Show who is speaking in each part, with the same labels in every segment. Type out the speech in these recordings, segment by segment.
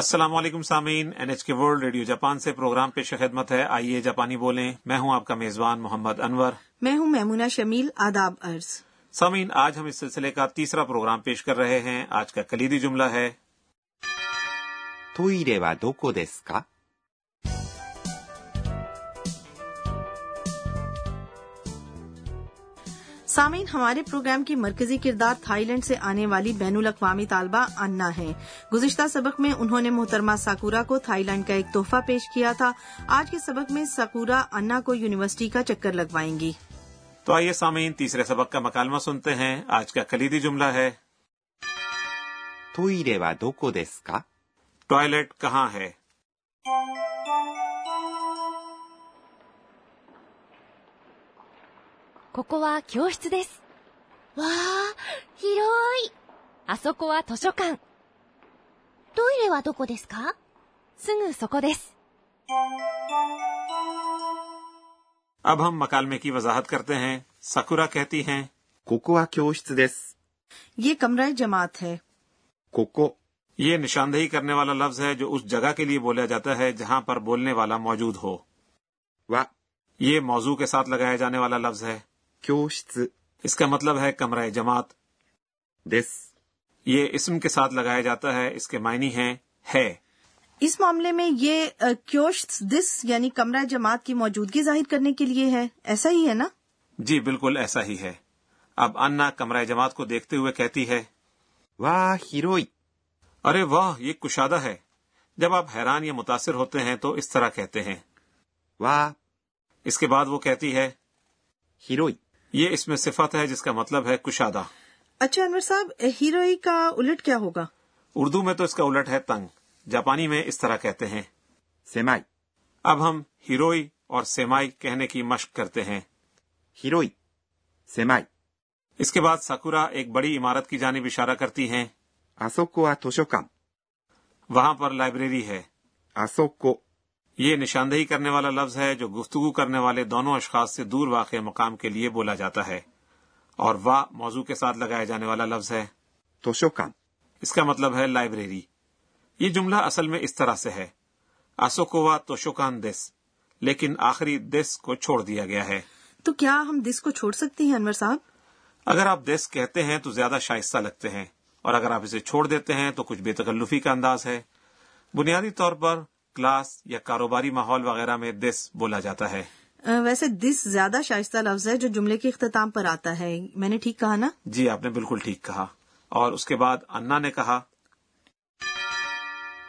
Speaker 1: السلام علیکم سامعین N H K world radio Japan سے پروگرام پیش خدمت ہے آئیے جاپانی بولیں میں ہوں آپ کا میزبان محمد انور
Speaker 2: میں ہوں میمونہ شمیل آداب عرض
Speaker 1: سامعین آج ہم اس سلسلے کا تیسرا پروگرام پیش کر رہے ہیں آج کا کلیدی جملہ ہے
Speaker 3: トイレはどこですか
Speaker 2: سامعین ہمارے پروگرام کی مرکزی کردار تھائی لینڈ سے آنے والی بین الاقوامی طالبہ انا ہیں گزشتہ سبق میں انہوں نے محترمہ ساکورا کو تھائی لینڈ کا ایک تحفہ پیش کیا تھا آج کے سبق میں ساکورا انا کو یونیورسٹی کا چکر لگوائیں گی
Speaker 1: تو آئیے سامعین تیسرے سبق کا مکالمہ سنتے ہیں آج کا کلیدی جملہ ہے
Speaker 3: トイレはどこですか
Speaker 1: ٹوائلٹ کہاں ہے
Speaker 4: ここは教室です。わあ、広い。あそこは図書館。トイレはどこですかすぐそこです。
Speaker 1: اب ہم مکالمے کی وضاحت کرتے ہیں سکورا کہتی ہیں
Speaker 3: ここは教室です。
Speaker 2: یہ کمرہ جماعت ہے
Speaker 3: ここ、
Speaker 1: یہ نشاندہی کرنے والا لفظ ہے جو اس جگہ کے لیے بولا جاتا ہے جہاں پر بولنے والا موجود ہو
Speaker 3: は、
Speaker 1: یہ موضوع کے ساتھ لگایا جانے والا لفظ ہے
Speaker 3: 教室
Speaker 1: اس کا مطلب ہے کمرہ جماعت
Speaker 3: です。
Speaker 1: یہ اسم کے ساتھ لگایا جاتا ہے اس کے معنی ہیں ہے
Speaker 2: اس معاملے میں یہ آ، کیوشت دس یعنی کمرہ جماعت کی موجودگی ظاہر کرنے کے لیے ہے ایسا ہی ہے نا
Speaker 1: جی بالکل ایسا ہی ہے اب انا کمرہ جماعت کو دیکھتے ہوئے کہتی ہے
Speaker 3: わー、広い。
Speaker 1: ارے واہ یہ کشادہ ہے جب آپ حیران یا متاثر ہوتے ہیں تو اس طرح کہتے ہیں
Speaker 3: わー、
Speaker 1: اس کے بعد وہ کہتی ہے
Speaker 3: 広い。
Speaker 1: یہ اس میں صفت ہے جس کا مطلب ہے کشادہ
Speaker 2: اچھا انور صاحب ہیروئی کا الٹ کیا ہوگا
Speaker 1: اردو میں تو اس کا الٹ ہے تنگ جاپانی میں اس طرح کہتے ہیں
Speaker 3: 狭い。
Speaker 1: اب ہم ہیروئی اور سیمائی کہنے کی مشق کرتے ہیں
Speaker 3: 広い。狭い。
Speaker 1: اس کے بعد سکورا ایک بڑی عمارت کی جانب اشارہ کرتی ہیں
Speaker 3: あそこは図書館。
Speaker 1: وہاں پر لائبریری ہے
Speaker 3: あそこ、
Speaker 1: یہ نشاندہی کرنے والا لفظ ہے جو گفتگو کرنے والے دونوں اشخاص سے دور واقع مقام کے لیے بولا جاتا ہے اور وا موضوع کے ساتھ لگایا جانے والا لفظ ہے
Speaker 3: 図書館。
Speaker 1: اس کا مطلب ہے لائبریری یہ جملہ اصل میں اس طرح سے ہے آسوکوا توشوکان دس لیکن آخری دس کو چھوڑ دیا گیا ہے
Speaker 2: تو کیا ہم دس کو چھوڑ سکتے ہیں انور صاحب
Speaker 1: اگر آپ دس کہتے ہیں تو زیادہ شائستہ لگتے ہیں اور اگر آپ اسے چھوڑ دیتے ہیں تو کچھ بے تکلفی کا انداز ہے بنیادی طور پر کلاس یا کاروباری ماحول وغیرہ میں دس بولا جاتا ہے
Speaker 2: آ، ویسے دس زیادہ شائستہ لفظ ہے جو جملے کے اختتام پر آتا ہے میں نے ٹھیک کہا نا
Speaker 1: جی آپ نے بالکل ٹھیک کہا اور اس کے بعد انا نے کہا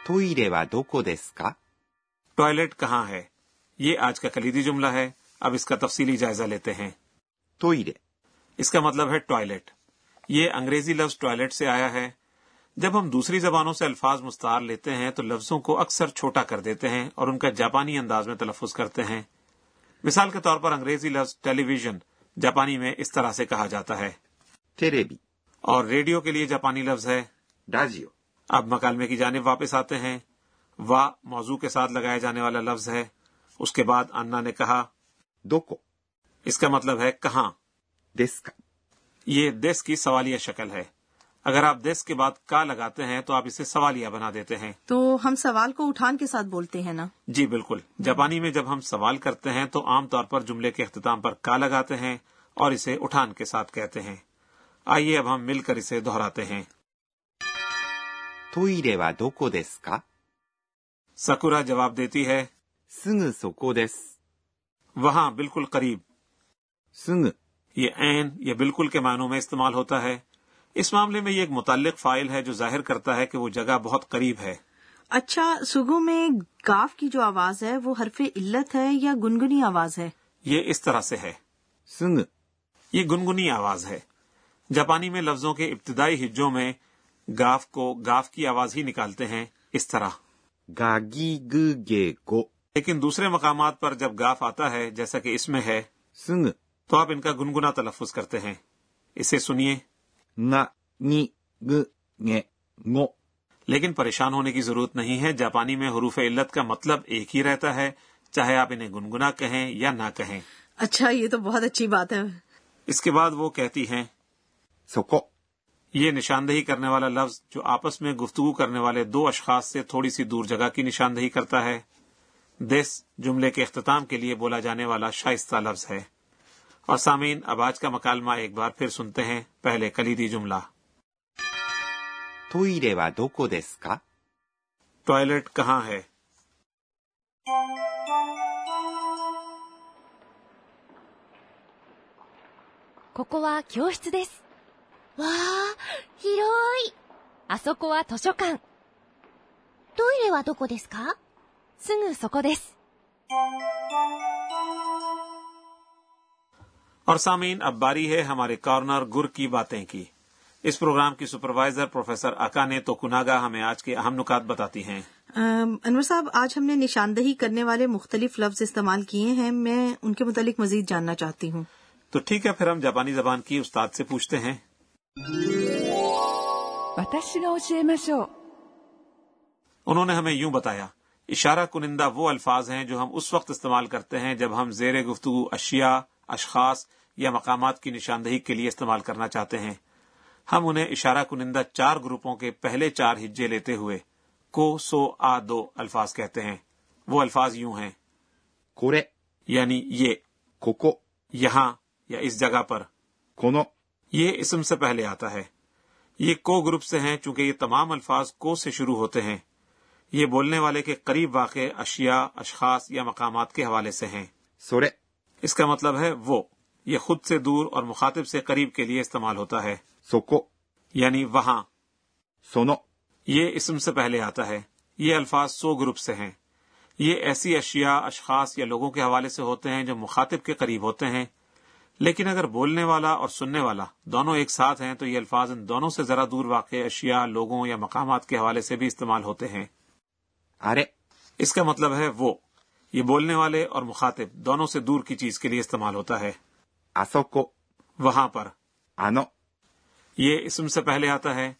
Speaker 3: トイレはどこですか
Speaker 1: ٹوائلٹ کہاں ہے یہ آج کا کلیدی جملہ ہے اب اس کا تفصیلی جائزہ لیتے ہیں
Speaker 3: トイレ、
Speaker 1: اس کا مطلب ہے ٹوائلٹ یہ انگریزی لفظ ٹوائلٹ سے آیا ہے جب ہم دوسری زبانوں سے الفاظ مستعار لیتے ہیں تو لفظوں کو اکثر چھوٹا کر دیتے ہیں اور ان کا جاپانی انداز میں تلفظ کرتے ہیں مثال کے طور پر انگریزی لفظ ٹیلی ویژن جاپانی میں اس طرح سے کہا جاتا ہے
Speaker 3: テレビ、
Speaker 1: اور ریڈیو کے لیے جاپانی لفظ ہے
Speaker 3: ラジオ、
Speaker 1: اب مکالمے کی جانب واپس آتے ہیں وا موضوع کے ساتھ لگایا جانے والا لفظ ہے اس کے بعد انا نے کہا
Speaker 3: どこ
Speaker 1: اس کا مطلب ہے کہاں
Speaker 3: ですか
Speaker 1: یہ دس کی سوالیہ شکل ہے اگر آپ دس کے بعد کا لگاتے ہیں تو آپ اسے سوالیہ بنا دیتے ہیں
Speaker 2: تو ہم سوال کو اٹھان کے ساتھ بولتے ہیں نا
Speaker 1: جی بالکل جاپانی میں جب ہم سوال کرتے ہیں تو عام طور پر جملے کے اختتام پر کا لگاتے ہیں اور اسے اٹھان کے ساتھ کہتے ہیں آئیے اب ہم مل کر اسے دہراتے ہیں
Speaker 3: トイレはどこですか
Speaker 1: سکورا جواب دیتی ہے
Speaker 3: すぐそこです。
Speaker 1: وہاں بالکل قریب
Speaker 3: すぐ、
Speaker 1: یہ عین یا بالکل کے معنوں میں استعمال ہوتا ہے اس معاملے میں یہ ایک متعلق فائل ہے جو ظاہر کرتا ہے کہ وہ جگہ بہت قریب ہے
Speaker 2: اچھا سگو میں گاف کی جو آواز ہے وہ حرف علت ہے یا گنگنی آواز ہے
Speaker 1: یہ اس طرح سے ہے
Speaker 3: すぐ、
Speaker 1: یہ گنگنی آواز ہے جاپانی میں لفظوں کے ابتدائی ہجوں میں گاف کو گاف کی آواز ہی نکالتے ہیں اس طرح
Speaker 3: がぎぐげご。
Speaker 1: لیکن دوسرے مقامات پر جب گاف آتا ہے جیسا کہ اس میں ہے
Speaker 3: すぐ、
Speaker 1: تو آپ ان کا گنگنا تلفظ کرتے ہیں اسے سنیے
Speaker 3: が、に、ぐ、げ、ご。
Speaker 1: لیکن پریشان ہونے کی ضرورت نہیں ہے جاپانی میں حروف علت کا مطلب ایک ہی رہتا ہے چاہے آپ انہیں گنگنا کہیں یا نہ کہیں
Speaker 2: اچھا یہ تو بہت اچھی بات ہے
Speaker 1: اس کے بعد وہ کہتی ہیں
Speaker 3: そこ、
Speaker 1: یہ نشاندہی کرنے والا لفظ جو آپس میں گفتگو کرنے والے دو اشخاص سے تھوڑی سی دور جگہ کی نشاندہی کرتا ہے دس جملے کے اختتام کے لیے بولا جانے والا شائستہ لفظ ہے اور سامعین اب آج کا مکالمہ ایک بار پھر سنتے ہیں پہلے کلیدی جملہ
Speaker 3: トイレはどこですか
Speaker 1: ٹوائلٹ کہاں ہے
Speaker 4: ここは教室です。わあ、広い。あそこは図書館。トイレはどこですかすぐそこです。
Speaker 1: اور سامعین اب باری ہے ہمارے کارنر گر کی باتیں کی اس پروگرام کی سپروائزر پروفیسر اکا نے تو کناگا ہمیں آج کے اہم نکات بتاتی ہیں
Speaker 2: ام، انور صاحب آج ہم نے نشاندہی کرنے والے مختلف لفظ استعمال کیے ہیں میں ان کے متعلق مزید جاننا چاہتی ہوں
Speaker 1: تو ٹھیک ہے پھر ہم جاپانی زبان کی استاد سے پوچھتے ہیں
Speaker 5: 私が教えましょう
Speaker 1: انہوں نے ہمیں یوں بتایا اشارہ کنندہ وہ الفاظ ہیں جو ہم اس وقت استعمال کرتے ہیں جب ہم زیر گفتگو اشیاء اشخاص یا مقامات کی نشاندہی کے لیے استعمال کرنا چاہتے ہیں ہم انہیں اشارہ کنندہ چار گروپوں کے پہلے چار ہجے لیتے ہوئے کو سو آ دو الفاظ کہتے ہیں وہ الفاظ یوں ہیں
Speaker 3: これ、
Speaker 1: یعنی یہ
Speaker 3: ここ、
Speaker 1: یہاں یا اس جگہ پر
Speaker 3: この、
Speaker 1: یہ اسم سے پہلے آتا ہے یہ کو گروپ سے ہیں چونکہ یہ تمام الفاظ کو سے شروع ہوتے ہیں یہ بولنے والے کے قریب واقع اشیاء اشخاص یا مقامات کے حوالے سے ہیں
Speaker 3: それ、
Speaker 1: اس کا مطلب ہے وہ یہ خود سے دور اور مخاطب سے قریب کے لیے استعمال ہوتا ہے
Speaker 3: そこ、
Speaker 1: یعنی وہاں
Speaker 3: その、
Speaker 1: یہ اسم سے پہلے آتا ہے یہ الفاظ سو گروپ سے ہیں یہ ایسی اشیاء اشخاص یا لوگوں کے حوالے سے ہوتے ہیں جو مخاطب کے قریب ہوتے ہیں لیکن اگر بولنے والا اور سننے والا دونوں ایک ساتھ ہیں تو یہ الفاظ ان دونوں سے ذرا دور واقع اشیاء لوگوں یا مقامات کے حوالے سے بھی استعمال ہوتے ہیں
Speaker 3: あれ、
Speaker 1: اس کا مطلب ہے وہ یہ بولنے والے اور مخاطب دونوں سے دور کی چیز کے لیے استعمال ہوتا ہے
Speaker 3: あそこ、
Speaker 1: وہاں پر
Speaker 3: あの、
Speaker 1: یہ اسم سے پہلے آتا ہے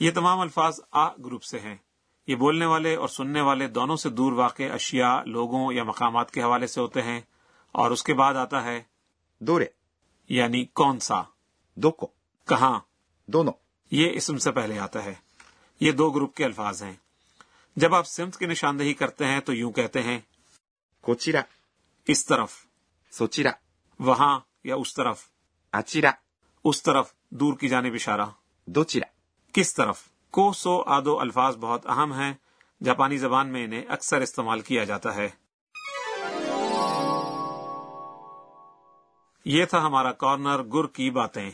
Speaker 1: یہ تمام الفاظ آ گروپ سے ہیں یہ بولنے والے اور سننے والے دونوں سے دور واقع اشیاء لوگوں یا مقامات کے حوالے سے ہوتے ہیں اور اس کے بعد آتا ہے
Speaker 3: どれ、
Speaker 1: یعنی کون سا
Speaker 3: どこ、
Speaker 1: کہاں
Speaker 3: どの、
Speaker 1: یہ اسم سے پہلے آتا ہے یہ دو گروپ کے الفاظ ہیں جب آپ سمت کی نشاندہی کرتے ہیں تو یوں کہتے ہیں
Speaker 3: こちら、
Speaker 1: اس طرف
Speaker 3: そちら、
Speaker 1: وہاں یا اس طرف
Speaker 3: あちら、
Speaker 1: اس طرف دور کی جانب اشارہ
Speaker 3: どちら、
Speaker 1: کس طرف کو سو آدو الفاظ بہت اہم ہیں جاپانی زبان میں انہیں اکثر استعمال کیا جاتا ہے یہ تھا ہمارا کارنر گر کی باتیں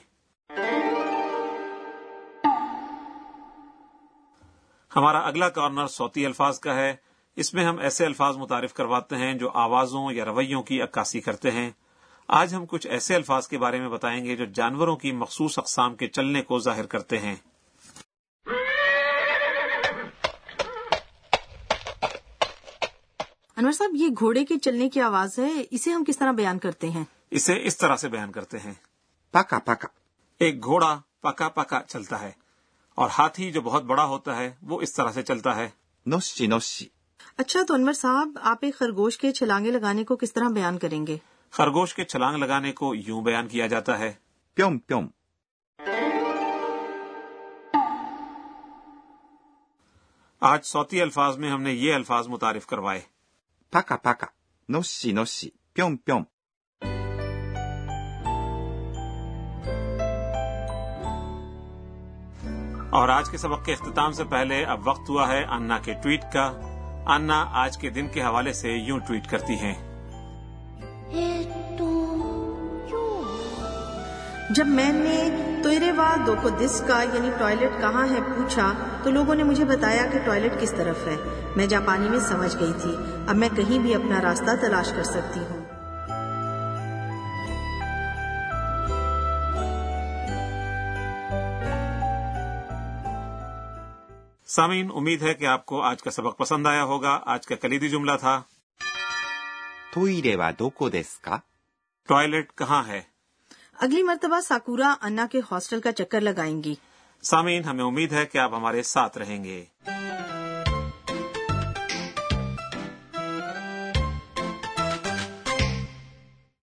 Speaker 1: ہمارا اگلا کارنر صوتی الفاظ کا ہے اس میں ہم ایسے الفاظ متعارف کرواتے ہیں جو آوازوں یا رویوں کی عکاسی کرتے ہیں آج ہم کچھ ایسے الفاظ کے بارے میں بتائیں گے جو جانوروں کی مخصوص اقسام کے چلنے کو ظاہر کرتے ہیں
Speaker 2: انور صاحب یہ گھوڑے کے چلنے کی آواز ہے اسے ہم کس طرح بیان کرتے ہیں
Speaker 1: اسے اس طرح سے بیان کرتے ہیں
Speaker 3: パカパカ、
Speaker 1: ایک گھوڑا پکا پکا چلتا ہے اور ہاتھی جو بہت بڑا ہوتا ہے وہ اس طرح سے چلتا ہے
Speaker 3: のっしのっし、
Speaker 2: اچھا تو انور صاحب آپ ایک خرگوش کے چھلانگے لگانے کو کس طرح بیان کریں گے
Speaker 1: خرگوش کے چھلانگ لگانے کو یوں بیان کیا جاتا ہے
Speaker 3: ぴょんぴょん、
Speaker 1: آج صوتی الفاظ میں ہم نے یہ الفاظ متعارف کروائے
Speaker 3: パカパカ、のっしのっし、ぴょんぴょん、
Speaker 1: اور آج کے سبق کے اختتام سے پہلے اب وقت ہوا ہے انا کے ٹویٹ کا انا آج کے دن کے حوالے سے یوں ٹویٹ کرتی ہیں
Speaker 4: えーっと、今日
Speaker 2: جب میں نے توئرے وا دوکو دس کا یعنی ٹوائلٹ کہاں ہے پوچھا تو لوگوں نے مجھے بتایا کہ ٹوائلٹ کس طرف ہے میں جاپانی میں سمجھ گئی تھی اب میں کہیں بھی اپنا راستہ تلاش کر سکتی ہوں
Speaker 1: سامعین امید ہے کہ آپ کو آج کا سبق پسند آیا ہوگا آج کا کلیدی جملہ تھا
Speaker 3: トイレはどこですか
Speaker 1: ٹوائلٹ کہاں ہے
Speaker 2: اگلی مرتبہ ساکورا انا کے ہاسٹل کا چکر لگائیں گی
Speaker 1: سامعین ہمیں امید ہے کہ آپ ہمارے ساتھ رہیں گے